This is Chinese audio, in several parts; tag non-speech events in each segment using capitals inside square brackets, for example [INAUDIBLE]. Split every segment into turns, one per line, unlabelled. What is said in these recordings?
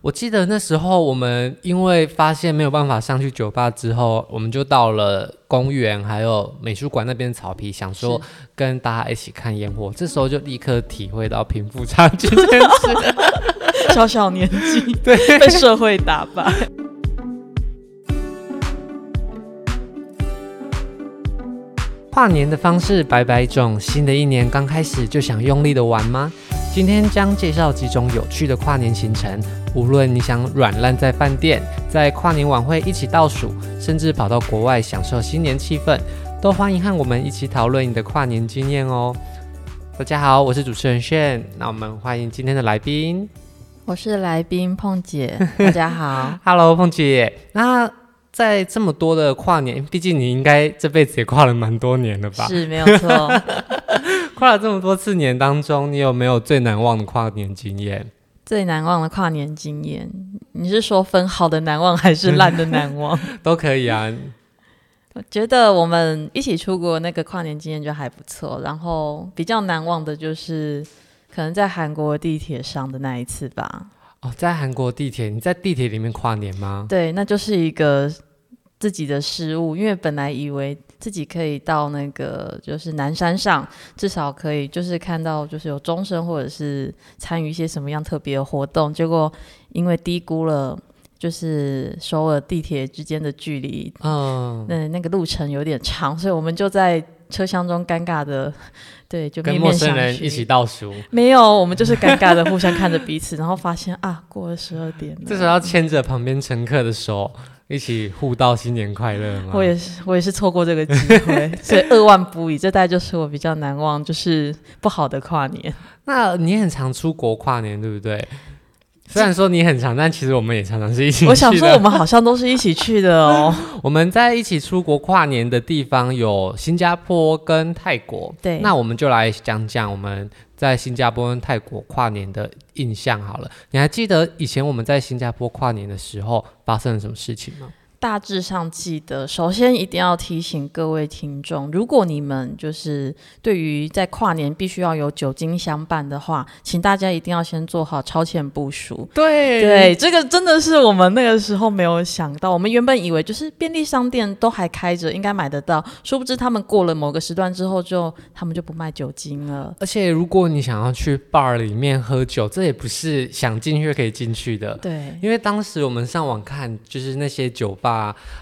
我记得那时候我们因为发现没有办法上去酒吧之后，我们就到了公园还有美术馆那边草皮，想说
[LAUGHS]
跟大家一起看烟火。这时候就立刻体会到贫富差距这件事。
小小年 [LAUGHS] 纪
对，
被社会打败。
跨年的方式百百种，新的一年刚开始就想用力的玩吗？今天将介绍几种有趣的跨年行程，无论你想软烂在饭店，在跨年晚会一起倒数，甚至跑到国外享受新年气氛，都欢迎和我们一起讨论你的跨年经验哦。大家好，我是主持人炫，那我们欢迎今天的来宾
我是来宾碰姐， [LAUGHS] 大家好。
，Hello 凤姐。那在这么多的跨年，毕竟你应该这辈子也跨了蛮多年了吧？
是没有错，
跨了这么多次年当中，你有没有最难忘的跨年经验？
[LAUGHS] 最难忘的跨年经验，你是说分好的难忘还是烂的难 [LAUGHS] 忘？
都可以啊。
我觉得我们一起出国那个跨年经验就还不错，然后比较难忘的就是可能在韩国地铁上的那一次吧。
[LAUGHS] 哦，在韩国地铁，你在地铁里面跨年吗？
对，那就是一个自己的失误，因为本来以为自己可以到那个就是南山上，至少可以就是看到就是有钟声或者是参与一些什么样特别的活动，结果因为低估了就是首尔地铁之间的距离，
嗯，
那那个路程有点长，所以我们就在车厢中尴尬的，对，就
跟
面
陌
面
生
相
人
觑
一起倒数，
没有，我们就是尴尬的互相看着彼此，然后发现啊，过了十二点了。
这时候要牵着旁边乘客的手，一起互道新年快乐吗？
我也是，我也是错过这个机会，
[LAUGHS]
所以扼腕不已。这大概就是我比较难忘，就是不好的跨年。
那你很常出国跨年，对不对？虽然说你很常，但其实我们也常 [LAUGHS] 常是一起去的。
我想说，我们好像都是一起去
[LAUGHS]
的哦。
我们在一起出国跨年的地方有新加坡跟泰国。
对
那我们就来讲讲我们在新加坡跟泰国跨年的印象好了。你还记得以前我们在新加坡跨年的时候发生了什么事情吗？
大致上记得，首先一定要提醒各位听众，如果你们就是对于在跨年必须要有酒精相伴的话，请大家一定要先做好超前部署。
对
对，，这个真的是我们那个时候没有想到。我们原本以为就是便利商店都还开着，应该买得到，殊不知他们过了某个时段之后就，他们就不卖酒精了。
而且如果你想要去 bar 里面喝酒，这也不是想进去就可以进去的。
对，
因为当时我们上网看，就是那些酒吧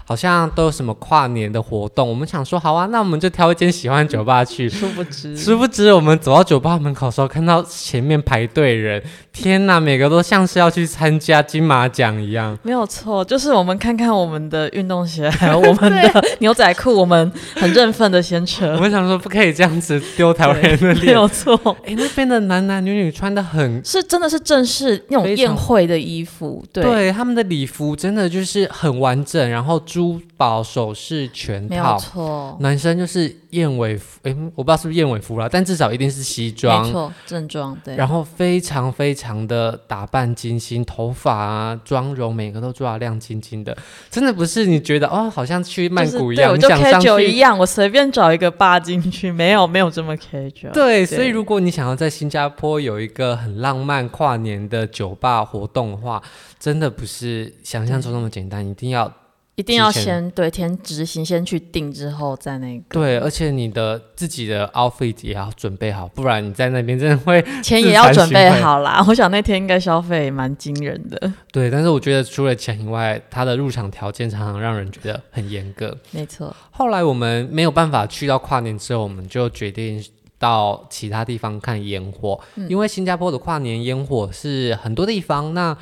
好像都有什么跨年的活动，我们想说好啊，那我们就挑一间喜欢的酒吧去。
殊不知，
殊不知，我们走到酒吧门口的时候，看到前面排队人，天哪，每个都像是要去参加金马奖一样。
没有错，就是我们看看我们的运动鞋，
[LAUGHS]
还有我们的 [LAUGHS] 牛仔裤，我们很振奋的先
我
扯。
们想说，不可以这样子丢台湾人的
呃 [LAUGHS] 没
脸。
有错，
哎、那边的男男女女穿的很，
是真的是正式那种
非常
宴会的衣服，对，
对，他们的礼服真的就是很完整，然后珠宝首饰全
没有
套。
错，
男生就是燕尾服，哎、我不知道是不是燕尾服啦，但至少一定是西
没
装。
错，正装，对，
然后非常非常的打扮精心，头发啊、妆容每个都做到亮晶晶的，真的不是你觉得哦，好像去曼
就是
谷一
对，
样，
我
你
就
想
K
上
九一
去。
样，我随便找一个吧进去，没有没有这么 K 九。
对，所以
对
如果你想要在新加坡有一个很浪漫跨年的酒吧活动的话，真的不是想象中那么简单，一定要
一定要
提前
先对先执行，先去定之后再那个，
对，而且你的自己的 outfit 也要准备好，不然你在那边真的会
钱也要准备好啦。我想那天应该消费也蛮惊人 [LAUGHS] 的，
对。但是我觉得除了钱以外，它的入场条件常常让人觉得很严格。
没错，
后来我们没有办法去到跨年之后，我们就决定到其他地方看烟火，因为新加坡的跨年烟火是很多地方，那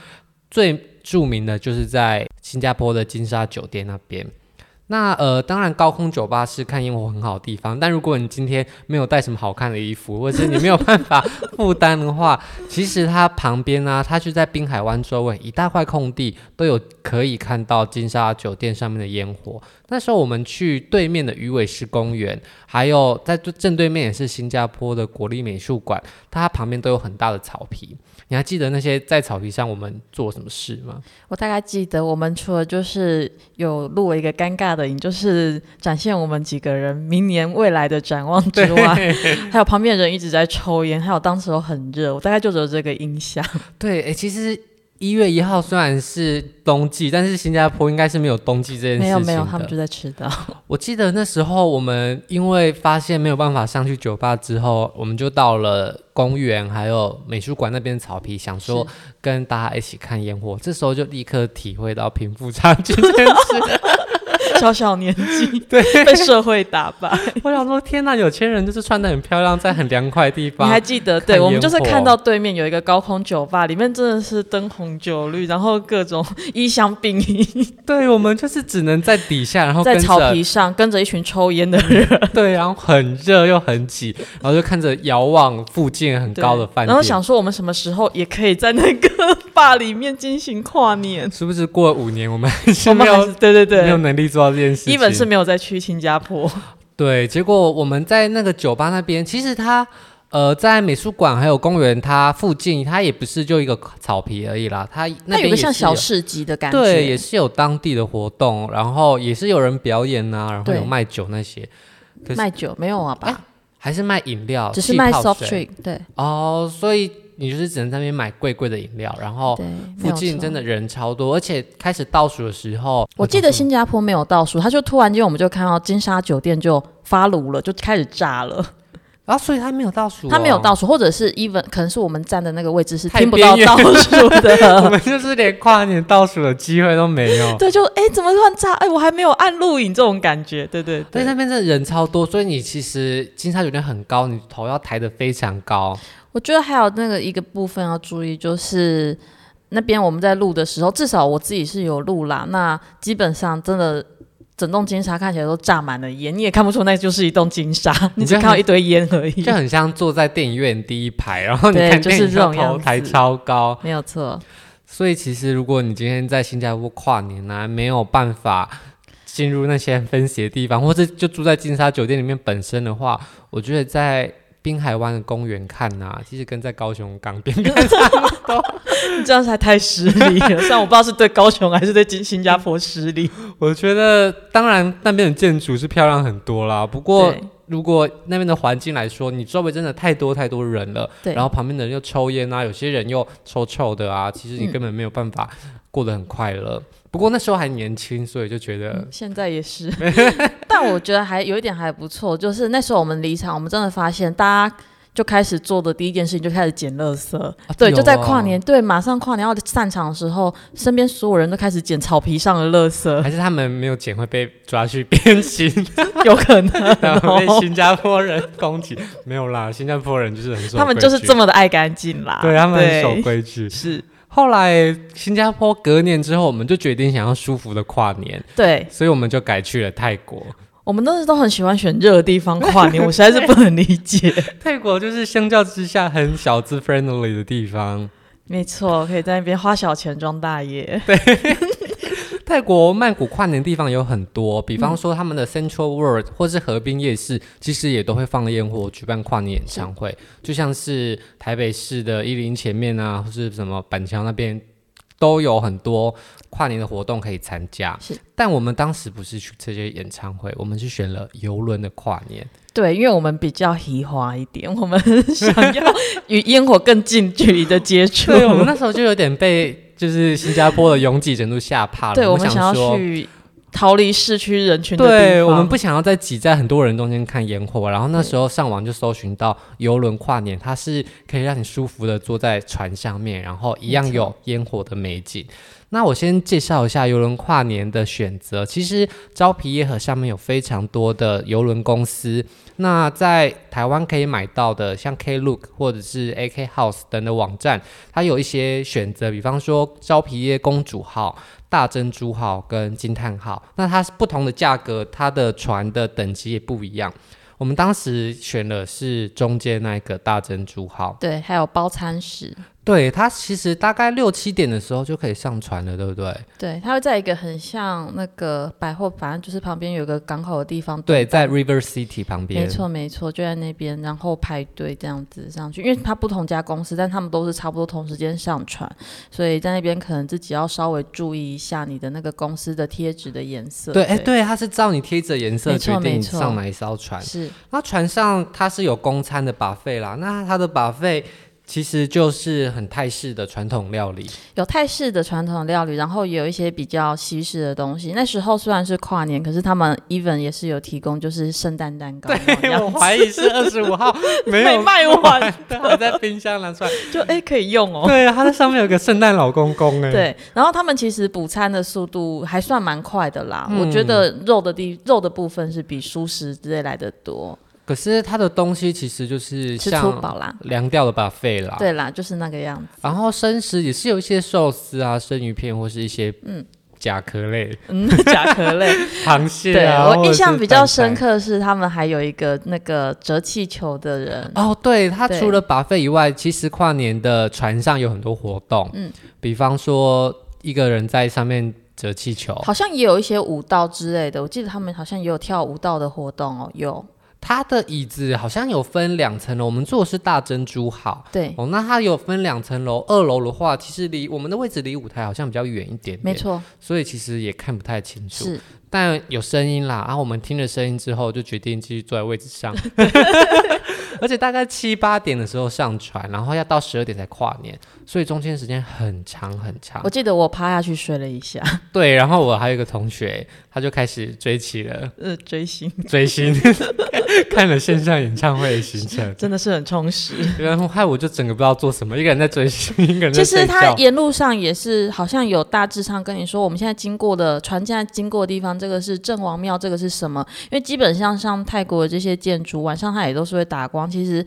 最著名的就是在新加坡的金沙酒店那边。那呃，当然高空酒吧是看烟火很好的地方，但如果你今天没有带什么好看的衣服，或者是你没有办法负担的话， [LAUGHS] 其实它旁边呢、它就在滨海湾周围一大块空地都有可以看到金沙酒店上面的烟火。那时候我们去对面的鱼尾狮公园，还有在对正对面也是新加坡的国立美术馆，它旁边都有很大的草皮。你还记得那些在草皮上我们做什么事吗？
我大概记得我们除了就是有录了一个尴尬的影，就是展现我们几个人明年未来的展望之外， [LAUGHS] 还有旁边的人一直在抽烟，还有当时候很热，我大概就只有这个印象。
对，诶，其实一月一号虽然是冬季，但是新加坡应该是没有冬季这件事情
没有没有，
的
他们就在吃 [LAUGHS] 到。
我记得那时候我们因为发现没有办法上去酒吧之后，我们就到了公园还有美术馆那边草皮，想说跟大家一起看烟火。这时候就立刻体会到贫富差距这
[LAUGHS]
件事。
小小年纪
[LAUGHS] 对
被社会打败，
[LAUGHS] 我想说，天哪，有钱人就是穿的很漂亮，在很凉快的地
你
方
还。记得？
看
对，我们
烟
就是
火
看到对面有一个高空酒吧，里面真的是灯红酒绿，然后各种衣香鬓影， [LAUGHS]
对，我们就是只能在底下，然后哦
在
跟
草
着
皮上跟着一群抽烟的人，
对，然后很热又很挤，然后就看着遥望附近很
对
高的饭店，
然后想说我们什么时候也可以在那个 [LAUGHS] 坝里面进行跨年，
是不是过了五年我们还是
我
没
们还
有
是对对
没有
对。
能力做到这件事情？
一本是没有再去新加坡，
对，结果我们在那个酒吧那边，其实它呃在美术馆还有公园它附近，它也不是就一个草皮而已啦，它那
它
边
有
也
个
是
像小
有
市集的感觉，
对，也是有当地的活动，然后也是有人表演呐、然后
对
有卖酒那些，可是
卖酒没有啊吧？
还是卖饮料，
只是
哎气
卖
泡
soft
水
drink，对
哦，所以你就是只能在那边买贵贵的饮料，然后
对。没
哦附
有
近
错
真的人超多，而且开始倒数的时候，
我记得
想说
新加坡没有倒数，他就突然间我们就看到金沙酒店就发炉了，就开始炸了。
啊，所以他没有倒数、
他没有倒。数，或者是 even 可能是我们站的那个位置是
太
听不到
边缘
倒数
[LAUGHS] 我
[LAUGHS] 的。
们就是连跨年倒数的机会都没有，
[LAUGHS] 对，就哎、诶怎么突然炸？哎、我还没有按录影这种感觉。对对
对，
对，
那边真的人超多，所以你其实金沙酒店很高，你头要抬得非常高。
我觉得还有那个一个部分要注意，就是那边我们在录的时候，至少我自己是有录啦。那基本上真的。整栋金沙看起来都炸满了烟，你也看不出那就是一栋金沙，
你
你只
这样
看到一堆烟而已
就。很像坐在电影院第一排，然后你
对
看
就
电
是
影
这种
头
样
抬
子
超高。
[LAUGHS] 没有错，
所以其实如果你今天在新加坡跨年啊，没有办法进入那些分歧的地方，或者就住在金沙酒店里面本身的话，我觉得在滨海湾的公园看啊，其实跟在高雄港边 [LAUGHS] 看差不多。
[LAUGHS] 这样才太失礼
[LAUGHS]
了。虽然我不知道是对高雄还是对新新加坡失礼。
我觉得当然那边的建筑是漂亮很多啦，不过
对
如果那边的环境来说，你周围真的太多太多人了，
对
然后旁边的人又抽烟啊，有些人又臭臭的啊，其实你
嗯
根本没有办法过得很快乐。不过那时候还年轻，所以就觉得
嗯现在也
[LAUGHS]
是，但我觉得还有一点还不错，就是那时候我们离场，我们真的发现大家。就开始做的第一件事情就开始捡垃圾，
啊
对，
有
就在
哦
跨年，对，马上跨年要散场的时候，身边所有人都开始捡草皮上的垃 [LAUGHS] 圾，
[LAUGHS] 还是他们没有剪会被抓去鞭刑，
有可能
然后被
哦、
新加坡人攻击？没有啦，新加坡人就是很守规矩，
他们就是这么的爱干净啦，
对他们很
对
守规矩。
是，
后来新加坡隔年之后，我们就决定想要舒服的跨年，
对
所以我们就改去了泰国。
我们当时都很喜欢选热的地方跨
[LAUGHS]
年，我实在是不能理解。
泰国就是相较之下很小资 friendly 的地方。
没错，可以在那边花小钱装大爷，
泰国曼谷跨年地方有很多，比方说他们的 Central World 或是河滨夜市，其实也都会放烟火，举办跨年演唱会，就像是台北市的一零前面啊，或是什么板桥那边，都有很多跨年的活动可以参加
是。
但我们当时不是去这些演唱会，我们是选了游轮的跨年。
对，因为我们比较移花一点，我们想要与烟火更近距离的接触。
[LAUGHS] 对，我们那时候就有点被就是新加坡的拥挤程度吓怕了。[LAUGHS]
对我们
想
想要
说
去逃离市区人群的地
对
方。
我们不想要再挤在很多人中间看烟火，然后那时候上网就搜寻到游轮跨年，它是可以让你舒服的坐在船上面，然后一样
没错
有烟火的美景。那我先介绍一下游轮跨年的选择。其实招皮耶河上面有非常多的游轮公司，那在台湾可以买到的，像 Klook 或者是 AK House 等的网站，它有一些选择，比方说招皮耶公主号，大珍珠号跟惊叹号，那它是不同的价格，它的船的等级也不一样。我们当时选的是中间那一个大珍珠号，
对，还有包餐食，
对它其实大概六七点的时候就可以上船了，对不对？
对，它会在一个很像那个百货，反正就是旁边有个港口的地方。
对，在 River City 旁边，
没错，没错，就在那边，然后排队这样子上去，因为它不同家公司，但他们都是差不多同时间上传，所以在那边可能自己要稍微注意一下你的那个公司的贴纸的颜色。
对，哎，对，它是照你贴着颜色
没错
决定
没
你
错
上哪一艘船。
是
那船上它是有公餐的把费啦，那它的把费其实就是很泰式的传统料理。
有泰式的传统料理，然后也有一些比较西式的东西。那时候虽然是跨年，可是他们 even 也是有提供就是圣诞蛋糕那种样
[LAUGHS]
子，
我怀疑是二十五号
[LAUGHS]
没有
被卖完
的，还在冰箱拿出来。
就哎、可以用哦。
对，它在上面有个圣诞老公公哎。，
对，然后他们其实补餐的速度还算蛮快的啦，
嗯
我觉得肉的地肉的部分是比素食之类来的多，
可是它的东西其实就是
吃粗
像
饱啦，
凉掉的 buffet 啦。
对啦，就是那个样 [LAUGHS] 子。
然后生食也是有一些寿司啊、生鱼片或是一些
嗯
甲壳类、
嗯， [LAUGHS] 甲壳类，
螃蟹
对
啊。或
我
者
印象
是
比较
蛋
深
菜。
刻是他们还有一个那个折气球的人，
哦，对，它
对
除了 buffet 以外，其实跨年的船上有很多活动，
嗯
比方说一个人在上面折气球，
好像也有一些舞蹈之类的，我记得他们好像也有跳舞蹈的活动哦，有
它的椅子好像有分两层楼，我们坐的是大珍珠号。
对，
哦，那它有分两层楼，二楼的话，其实离我们的位置离舞台好像比较远一点点，
没，错，
所以其实也看不太清楚，
是
但有声音啦。然、啊后我们听了声音之后，就决定继续坐在位置上，
[LAUGHS]
而且大概七八点的时候上船，然后要到十二点才跨年，所以中间时间很长很长
我。记得我趴下去睡了一下，
对，然后我还有一个同学，他就开始追起了
[LAUGHS] 呃，追星
追星， [LAUGHS] 看了线上演唱会的行程。
真的是很充实。
然后害哎我就整个不知道做什么，一个人在追星，一个人在
其实
睡
他
觉。
沿路上也是好像有大致上跟你说，我们现在经过的船现在经过的地方，这个是郑王庙，这个是什么？因为基本上像泰国的这些建筑，晚上它也都是会打光，其实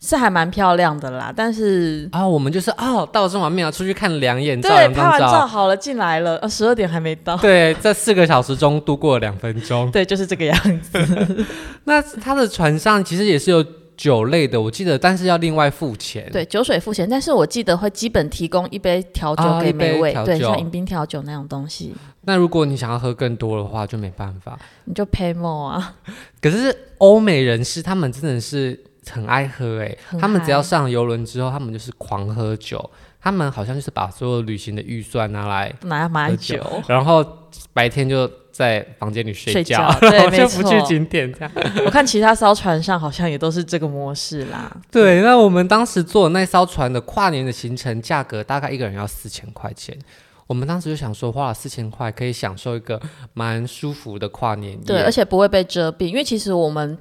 是还蛮漂亮的啦。但是
啊、我们就是哦，到这完庙出去看两眼，照
对，
两
拍
张
完照
照。
好了，进来了，呃，十二点还没到，
对，在四个小时中度过了两分钟。
[LAUGHS] 对，就是这个样子。
那他的船上其实也是有酒类的，我记得，但是要另外付钱。，
对，酒水付钱，但是我记得会基本提供一杯调酒
啊
给
一杯
每位，
调
对，
酒
像迎宾调酒那种东西，
那如果你想要喝更多的话，就没办法。
你就 pay more 啊。
可是欧美人士他们真的是很爱喝诶、
很
他们只
嗨
要上游轮之后，他们就是狂喝酒，他们好像就是把所有旅行的预算拿来
哪要买
喝
酒？ [LAUGHS]
然后白天就在房间里睡
睡
觉， [LAUGHS]
觉对
然后就
没
不
错
去景点这样。
我看其他艘船上好像也都是这个模式啦。
对，那我们当时坐的那艘船的跨年的行程价格大概一个人要四千块钱。我们当时就想说，花了四千块可以享受一个蛮舒服的跨年夜。
对，而且不会被遮蔽，因为其实我们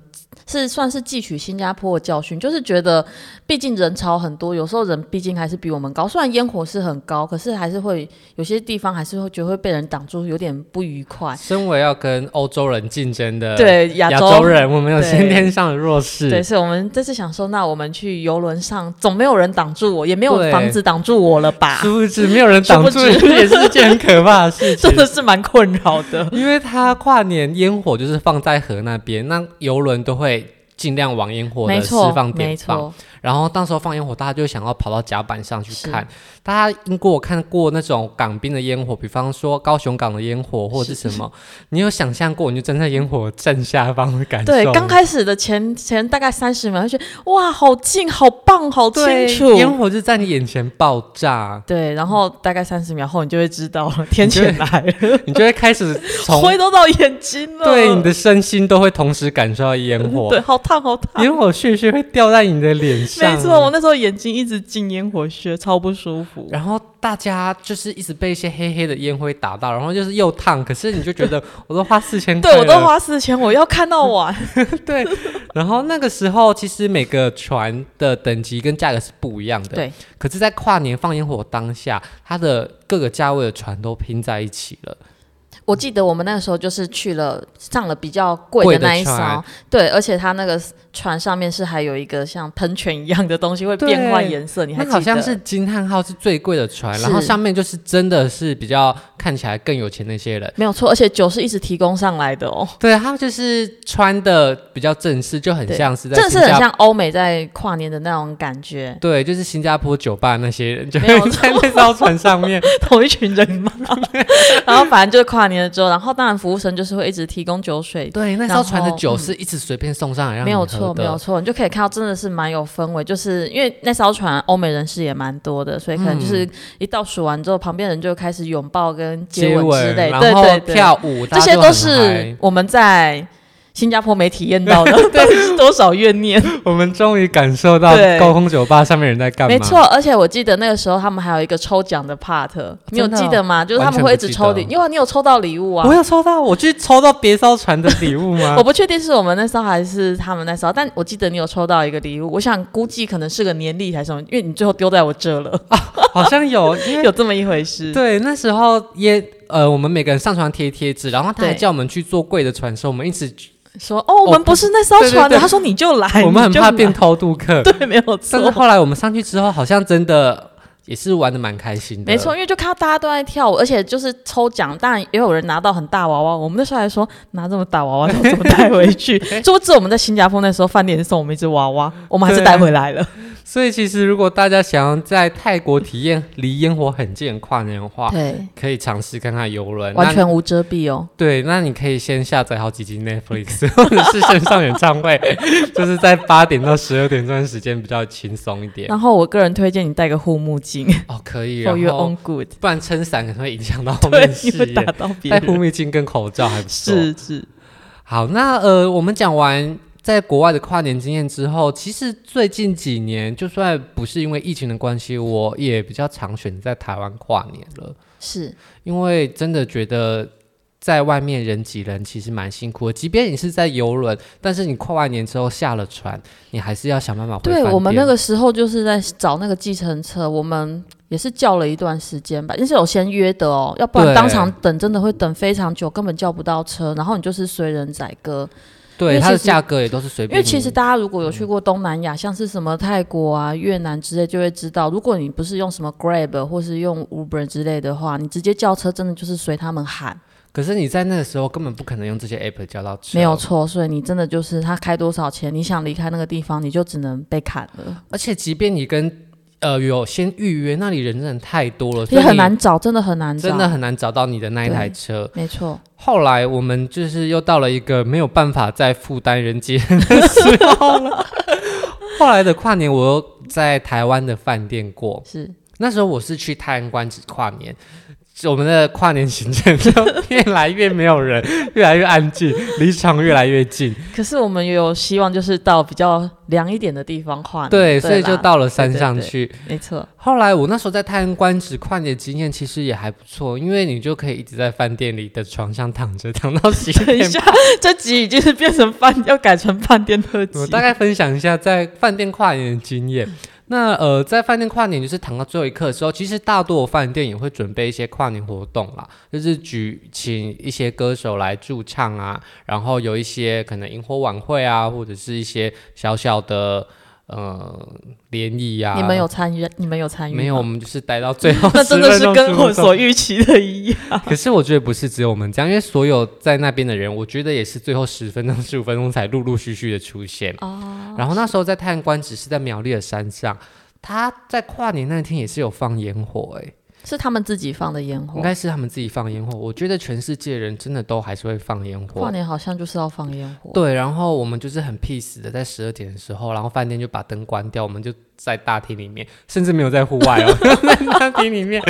是算是汲取新加坡的教训，就是觉得毕竟人潮很多，有时候人毕竟还是比我们高，虽然烟火是很高，可是还是会有些地方还是会觉得会被人挡住，有点不愉快。
身为要跟欧洲人竞争的
对，亚
呃亚
洲
洲人，我们有
对
先天上的弱
对，
势。
所以我们这次想说，那我们去游轮上，总没有人挡住我，也没有
对
房子挡住我了吧？
殊不知没有人挡住，
殊不知
[LAUGHS] 也是一件很可怕的事情
[LAUGHS] 真。的是蛮困扰
[LAUGHS]
的。
因为它跨年烟火就是放在河那边，那游轮都会尽量往烟火
没
的释
错
放，
没
点放。
错，
然后到时候放烟火，大家就想要跑到甲板上去看。大家如果有看过那种港滨的烟火，比方说高雄港的烟火或者是什么，你有想象过你就站在烟火正下方的感受吗？
对，刚开始的前前大概三十秒，就觉得哇，好近，好棒，好清
对
楚。
烟火就在你眼前爆
[LAUGHS]
炸，
对，然后大概三十秒后，你就会知道了天气来了，
你就会开始从
灰都到眼睛了。
对你的身心都会同时感受到烟火，
[LAUGHS] 对，好烫，好烫。
烟火屑屑会掉在你的脸上，
没错，我那时候眼睛一直进烟火穴，超不舒服。
然后大家就是一直被一些黑黑的烟灰打到，然后就是又烫，可是你就觉得 [LAUGHS] 我都花四千块
[LAUGHS] 对
了，[LAUGHS]
我都花四千，我要看到 [LAUGHS] 完。
对。然后那个时候其实每个船的等级跟价格是不一样的，。
对，
可是，在跨年放烟火当下，它的各个价位的船都拼在一起了。
我记得我们那个时候就是去了上了比较贵
贵
的
的
那一艘
船，
对，而且它那个船上面是还有一个像喷泉一样的东西会
对
变换颜色，你还
那
记得？
好像是金汉号是最贵的船，然后
是
上面就是真的是比较看起来更有钱那些人。
没有错，而且酒是一直提供上来的哦，
对他们就是穿的比较正式，就很
对
像是在
真的是
新
很
加，
像欧美在跨年的那种感觉
对，就是新加坡酒吧那些人就
没有
会在那艘船上
[LAUGHS]
面。
同一群人嘛。 [LAUGHS] 然后反正就是跨年了之后，然后当然服务生就是会一直提供酒水。
对，那
然
艘船的
后
酒
嗯
是一直随便送上来让
没
你
有
喝
错，没有
的。
错，你就可以看到真的是蛮有氛围，就是因为那艘船欧美人士也蛮多的，所以可能就是
嗯
一倒数完之后，旁边人就开始拥抱跟接
接
吻之
吻，
类，
然
对
后
对对，
跳舞，
这
大家
些
就
都
很
是
嗨
我们在新加坡没体验到的，对， [LAUGHS] 多少怨念。
[LAUGHS] 我们终于感受到
对
高空酒吧上面人在干嘛。
没错，，而且我记得那个时候他们还有一个抽奖的 part，你有
真的哦
记得吗？就是他们会一直抽
完全
礼
不，记
因为你有抽到礼物啊
我。有抽到，我去抽到别艘船的礼物吗
我？不确定是我们那时候还是他们那时候，但我记得你有抽到一个礼物，我想估计可能是个年历还是什么，因为你最后丢在我这 [LAUGHS] 了，
好像有，因为
有这么一回事。
对那时候也呃，我们每个人上船贴贴纸，然后他还
对
叫我们去坐贵的船的时候，我们一直
说哦，我们不是那艘
对对
船的，啊
对
他说你就来，
我们很
你就
怕
来，
变偷渡客
[LAUGHS] 对，没有
但是
错。
后来我们上去之后，好像真的也是玩的蛮开心的。
没错，，因为就看到大家都在跳舞，而且就是抽奖，当然也有人拿到很大娃娃。我们那时候还说拿这么大娃娃，然后怎么带回 [LAUGHS] 去？殊不知我们在新加坡那时候饭店送我们一只娃娃，我们还是带回来了。
所以其实如果大家想要在泰国体验离烟火很近的跨年的话，
[LAUGHS] 对，
可以尝试看看游轮。
完
那
全无遮蔽哦。
对，那你可以先下载好几集 Netflix [LAUGHS] 或者是线上演唱会， [LAUGHS] 就是在八点到十二点这段时间比较轻松一点。
然后我个人推荐你戴个护目镜
哦，可以，
嗯，For
然
your
后
own good。
不然撑伞可能会影响到后
[LAUGHS] 对
面，视
你会打
野。
到别
戴护
[LAUGHS] 人。
目镜跟口罩还不错。
是是，
好，那呃，我们讲完在国外的跨年经验之后，其实最近几年，就算不是因为疫情的关系，我也比较常选在台湾跨年了，
是
因为真的觉得。在外面人挤人，其实蛮辛苦的。即便你是在游轮，但是你跨完年之后下了船，你还是要想办法回
对
饭
我们那
店
个时候就是在找那个计程车，我们也是叫了一段时间吧，但是有先约的哦，要不然
对
当场等真的会等非常久，根本叫不到车，然后你就是随人宰割。因
对
为
它的
其实
价格也都是随
因
便你。嗯
为其实大家如果有去过东南亚，像是什么泰国啊、越南之类，就会知道，如果你不是用什么 Grab 或是用 Uber 之类的话，你直接叫车真的就是随他们喊，
可是你在那个时候根本不可能用这些 app 叫到车，
没有错。所以你真的就是他开多少钱，你想离开那个地方，你就只能被砍了，
而且即便你跟呃有先预约，那里人真的太多了，所
也
以
很
你
难找，真的很难找，
真的很难找到你的那一台车。
没错。
后来我们就是又到了一个没有办法再负担人间的时候
[LAUGHS]
了。后来的跨年，我又在台湾的饭店过。
是
那时候我是去泰安关只跨年，我们的跨年行程就越来越没有人，越来越安静，离场越来越
[LAUGHS]
近。
[LAUGHS] 可是我们也有希望，就是到比较凉一点的地方换。
对，所以
啦
就到了山
对对
上
对
去。
没错，
后来我那时候在泰安官职跨年经验其实也还不错，因为你就可以一直在饭店里的床上躺着躺到洗
等一
点
下。这集已经是变成饭，要改成饭店特辑
我。大概分享一下在饭店跨年的经
[LAUGHS]
验。那呃，在饭店跨年就是躺到最后一刻的时候，其实大多饭店也会准备一些跨年活动啦，就是举请一些歌手来驻唱啊，然后有一些可能萤火晚会啊，或者是一些小小的呃联谊啊。
你们有参与？你们有参与？，
没有？我？们就是待到最后
[LAUGHS] 那真的是跟我
我
所预期的一样。
[LAUGHS] 可是我觉得不是只有我们这样，因为所有在那边的人，我觉得也是最后十分钟、十五分钟才陆陆续续的出现。
哦，
然后那时候在太阳关只是在苗栗的山上，他在跨年那天也是有放烟火、欸，
[LAUGHS] 是他们自己放的烟火
应。该是他们自己放烟火。我觉得全世界人真的都还是会放烟
跨
火。
年好像就是要放烟火。
对，然后我们就是很 peace 的，在十二点的时候，然后饭店就把灯关掉，我们就在大厅里面，甚至没有在户外哦， [LAUGHS] 在大厅里面，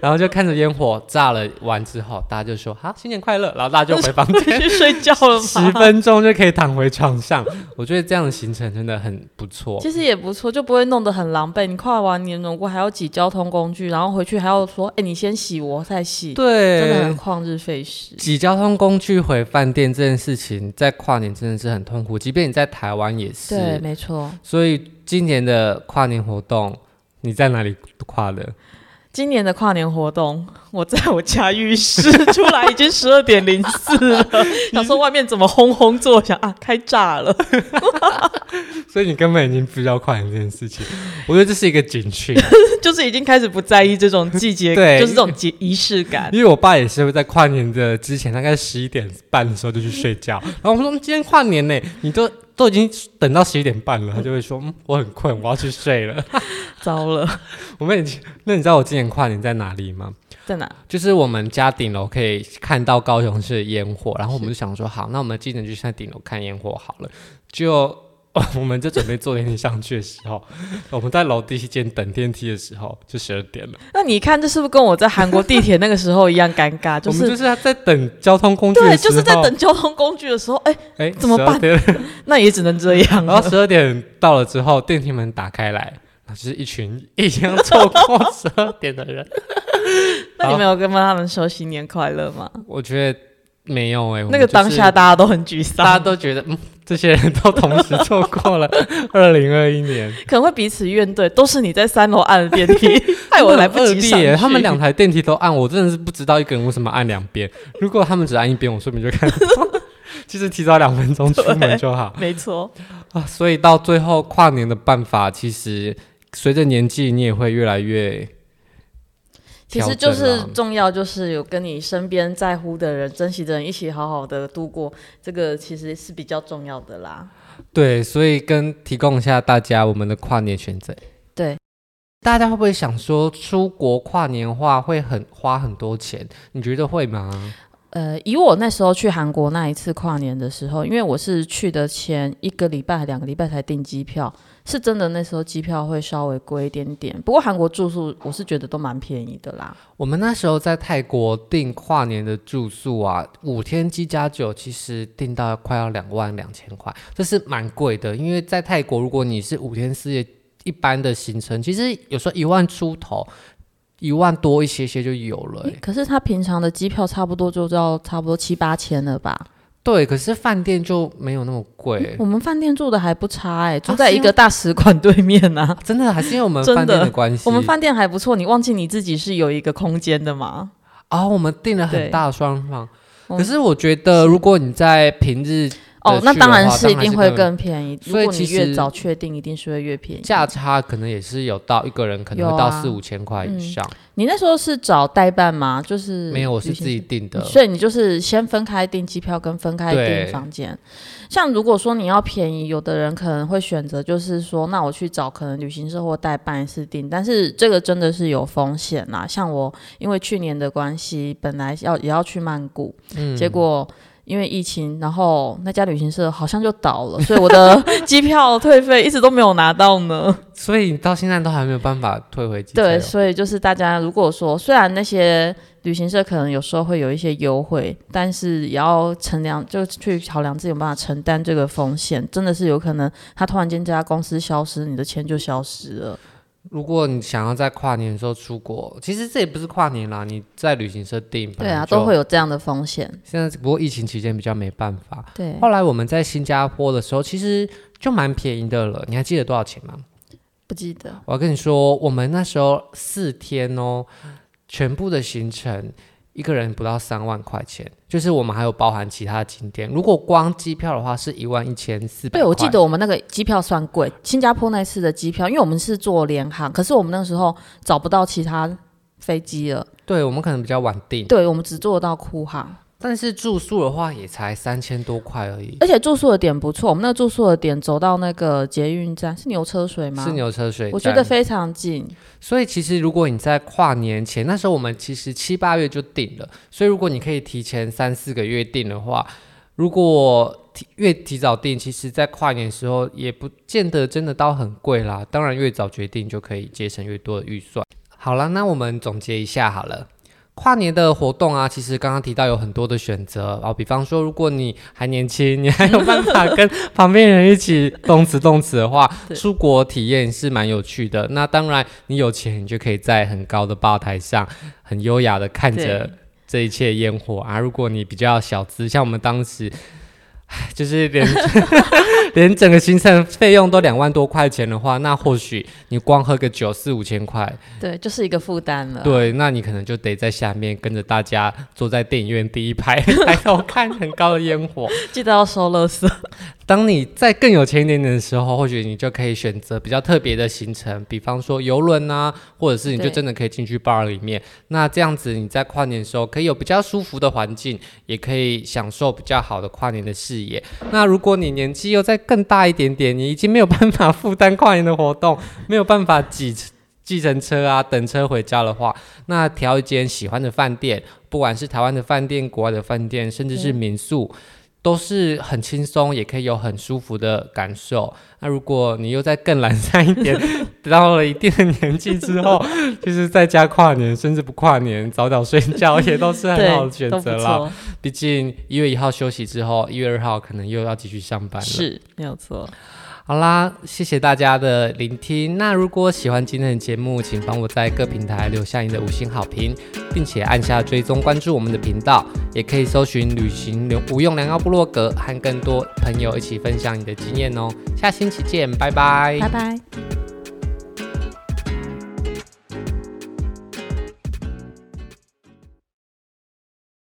然后就看着烟火炸了完之后，大家就说“好，新年快乐”，然后大家就回房间，
[LAUGHS] [LAUGHS] 去睡觉
[LAUGHS]
了
十
吗？
分钟就可以躺回床上。我觉得这样的行程真的很不错。
其实也不错，就不会弄得很狼狈。你跨完年，如果还要挤交通工具，然后回去还要说：“哎，你先洗，我再洗。”真的
对
很，旷日费时。
挤交通工具回饭店这件事情，在跨年真的是很痛苦，即便你在台湾也
对，
是。
没错。
所以今年的跨年活动，你在哪里跨的？
今年的跨年活动，我在我家浴室出来已经十二点零四了， [LAUGHS] 想说外面怎么轰轰作响啊，开炸了。 [LAUGHS]
所以你根本已经不知道跨年这件事情。我觉得这是一个警讯，啊
就是已经开始不在意这种季节，
对
就是这种节仪式感。
因为我爸也是会在跨年的之前，大概十一点半的时候就去睡觉。然后我说：“嗯今天跨年呢，你都都已经等到十一点半了。”他就会说：“嗯，我很困，我要去睡了。” [LAUGHS]
糟了，
我们已经，那你知道我今年跨年在哪里吗？
在哪？
就是我们家顶楼可以看到高雄市的烟火，然后我们就想说，好，那我们今年就去在顶楼看烟火好了。就 [LAUGHS] 我们就准备坐电梯上去的时候，我们在楼梯间等电梯的时候就十二点了。
那你看，这是不是跟我在韩国地铁那个时候一样尴尬？就
我们
是
就是在等交通工具的
对，
时
就
候，
是在等交通工具的时候，哎、
哎、
怎么办
12点了
那也只能这样啊
然
了
后。十二点到了之后，电梯门打开来，然后就是一群已经错过
[LAUGHS]
十二点的人。
那你们有跟他们说新年快乐吗？
我觉得没有哎、我们
那个
就是
当下大家都很沮
大
丧，
家都觉得，嗯，这些人都同时错过
[LAUGHS]
了二零二一年，
可能会彼此怨怼，都是你在三楼按了电
[LAUGHS]
梯，害哎我来不
他们很恶
及上
劣
去。
欸他们两台电梯都按，我真的是不知道一个人为什么按两边。如果他们只按一边，我说不定就看到。 [LAUGHS] 其实提早两分钟出门就好
没错，
啊。所以到最后跨年的办法，其实随着年纪，你也会越来越
其实
调
就
整
是
啊
重要，就是有跟你身边在乎的人、珍惜的人一起好好的度过，这个其实是比较重要的啦。
对，所以跟提供一下大家我们的跨年选择。
对，
大家会不会想说出国跨年的话会很花很多钱？你觉得会吗？
呃，以我那时候去韩国那一次跨年的时候，因为我是去的前一个礼拜、还两个礼拜才订机票，是真的那时候机票会稍微贵一点点。不过韩国住宿我是觉得都蛮便宜的啦。
我们那时候在泰国订跨年的住宿啊，五天机加酒，其实订到快要两万两千块，这是蛮贵的。因为在泰国，如果你是五天四夜一般的行程，其实有时候一万出头，一万多一些些就有了、欸
诶可是他平常的机票差不多就要差不多七八千了吧？
对，可是饭店就没有那么贵、
我们饭店住的还不差哎、住
啊
在
是
一
吗
个大使馆对面呐、
[LAUGHS]
啊。
真的还是因为我们
真的
饭店的关系。
我们饭店还不错，你忘记你自己是有一个空间的吗？
啊、我们订了很
对
大的双房，
我
可是我觉得如果你在平日
哦
的，
那
去
当
的
然
话
是一定会
当然是更
更便宜。如
所以
果
其
你
实
越早确定，一定是会越便宜。
价差，可能也是有到一个人可能
有
会
啊嗯
到四五千块以上。
你那时候是找代办吗？就是
没有，我是
旅行
自己订的。
所以你就是先分开订机票跟分开
对
订房间。像如果说你要便宜，有的人可能会选择就是说，那我去找可能旅行社或代办一次订，但是这个真的是有风险啦。像我因为去年的关系，本来要也要去曼谷，
嗯
结果。因为疫情，然后那家旅行社好像就倒了，所以我的 [LAUGHS] 机票退费一直都没有拿到呢。
所以你到现在都还没有办法退回机票。
对，所以就是大家如果说，虽然那些旅行社可能有时候会有一些优惠，但是也要衡量，就去考量自己有没有办法承担这个风险。真的是有可能，他突然间这家公司消失，你的钱就消失了。
如果你想要在跨年的时候出国，其实这也不是跨年啦，你在旅行社订，
对啊，都会。有这样的风险。
现在不过疫情期间比较没办法。
对，
后来我们在新加坡的时候，其实就蛮便宜的了。你还记得多少钱吗？
不记得
我要跟你说，我们那时候四天哦，全部的行程一个人不到三万块钱，就是我们还有包含其他景点。如果光机票的话，是一万一千四百。
对，我记得我们那个机票算贵，新加坡那次的机票，因为我们是坐联航，可是我们那时候找不到其他飞机了，
对我们可能比较晚订，
对我们只坐到库航。
但是住宿的话也才三千多块而已，
而且住宿的点不错，我们那个住宿的点走到那个捷运站是牛车水吗？
是，牛车水。
我觉得。非常近。
所以其实如果你在跨年前，那时候我们其实七八月就定了，所以如果你可以提前三四个月定的话，如果提越提早定，其实在跨年的时候也不见得真的到很贵啦。当然越早决定就可以节省越多的预算。好啦，那我们总结一下好了。跨年的活动啊，其实刚刚提到有很多的选择啊，比方说，如果你还年轻，你还有办法跟旁边人一起动词动词的话，
[LAUGHS] 对
出国体验是蛮有趣的。那当然，你有钱，你就可以在很高的吧台上，很优雅的看着
对
这一切烟火啊。如果你比较小资，像我们当时， [SIGHS] 唉就是连 [LAUGHS] 连整个行程费用都两万多块钱的话，那或许你光喝个酒四五千块，
对，啊就是一个负担了。
对，那你可能就得在下面跟着大家坐在电影院第一排，抬头看很高的烟火。
记得要收垃
[LAUGHS]
圾。
当你再更有钱一点点的时候，或许你就可以选择比较特别的行程，比方说游轮啊，或者是你就
对
真的可以进去 bar 里面。那这样子你在跨年的时候可以有比较舒服的环境，也可以享受比较好的跨年的视野。那如果你年纪又再更大一点点，你已经没有办法负担跨年的活动，没有办法挤计程车啊等车回家的话，那挑一间喜欢的饭店，不管是台湾的饭店、国外的饭店，甚至是
对
民宿。都是很轻松，也可以有很舒服的感受。那如果你又再更懒散一
[LAUGHS]
点，到了一定的年纪之后，就是在家跨年，甚至不跨年，早早睡觉也都是很好的
对，
选
都不
择啦。
错，
毕竟一月一号休息之后，一月二号可能又要继续上班了。
是没有错。
好啦，谢谢大家的聆听。那如果喜欢今天的节目，请帮我在各平台留下你的五星好评，并且按下追踪关注我们的频道，也可以搜寻“旅行无用良药部落格”，和更多朋友一起分享你的经验哦。下星期见，拜拜
拜拜。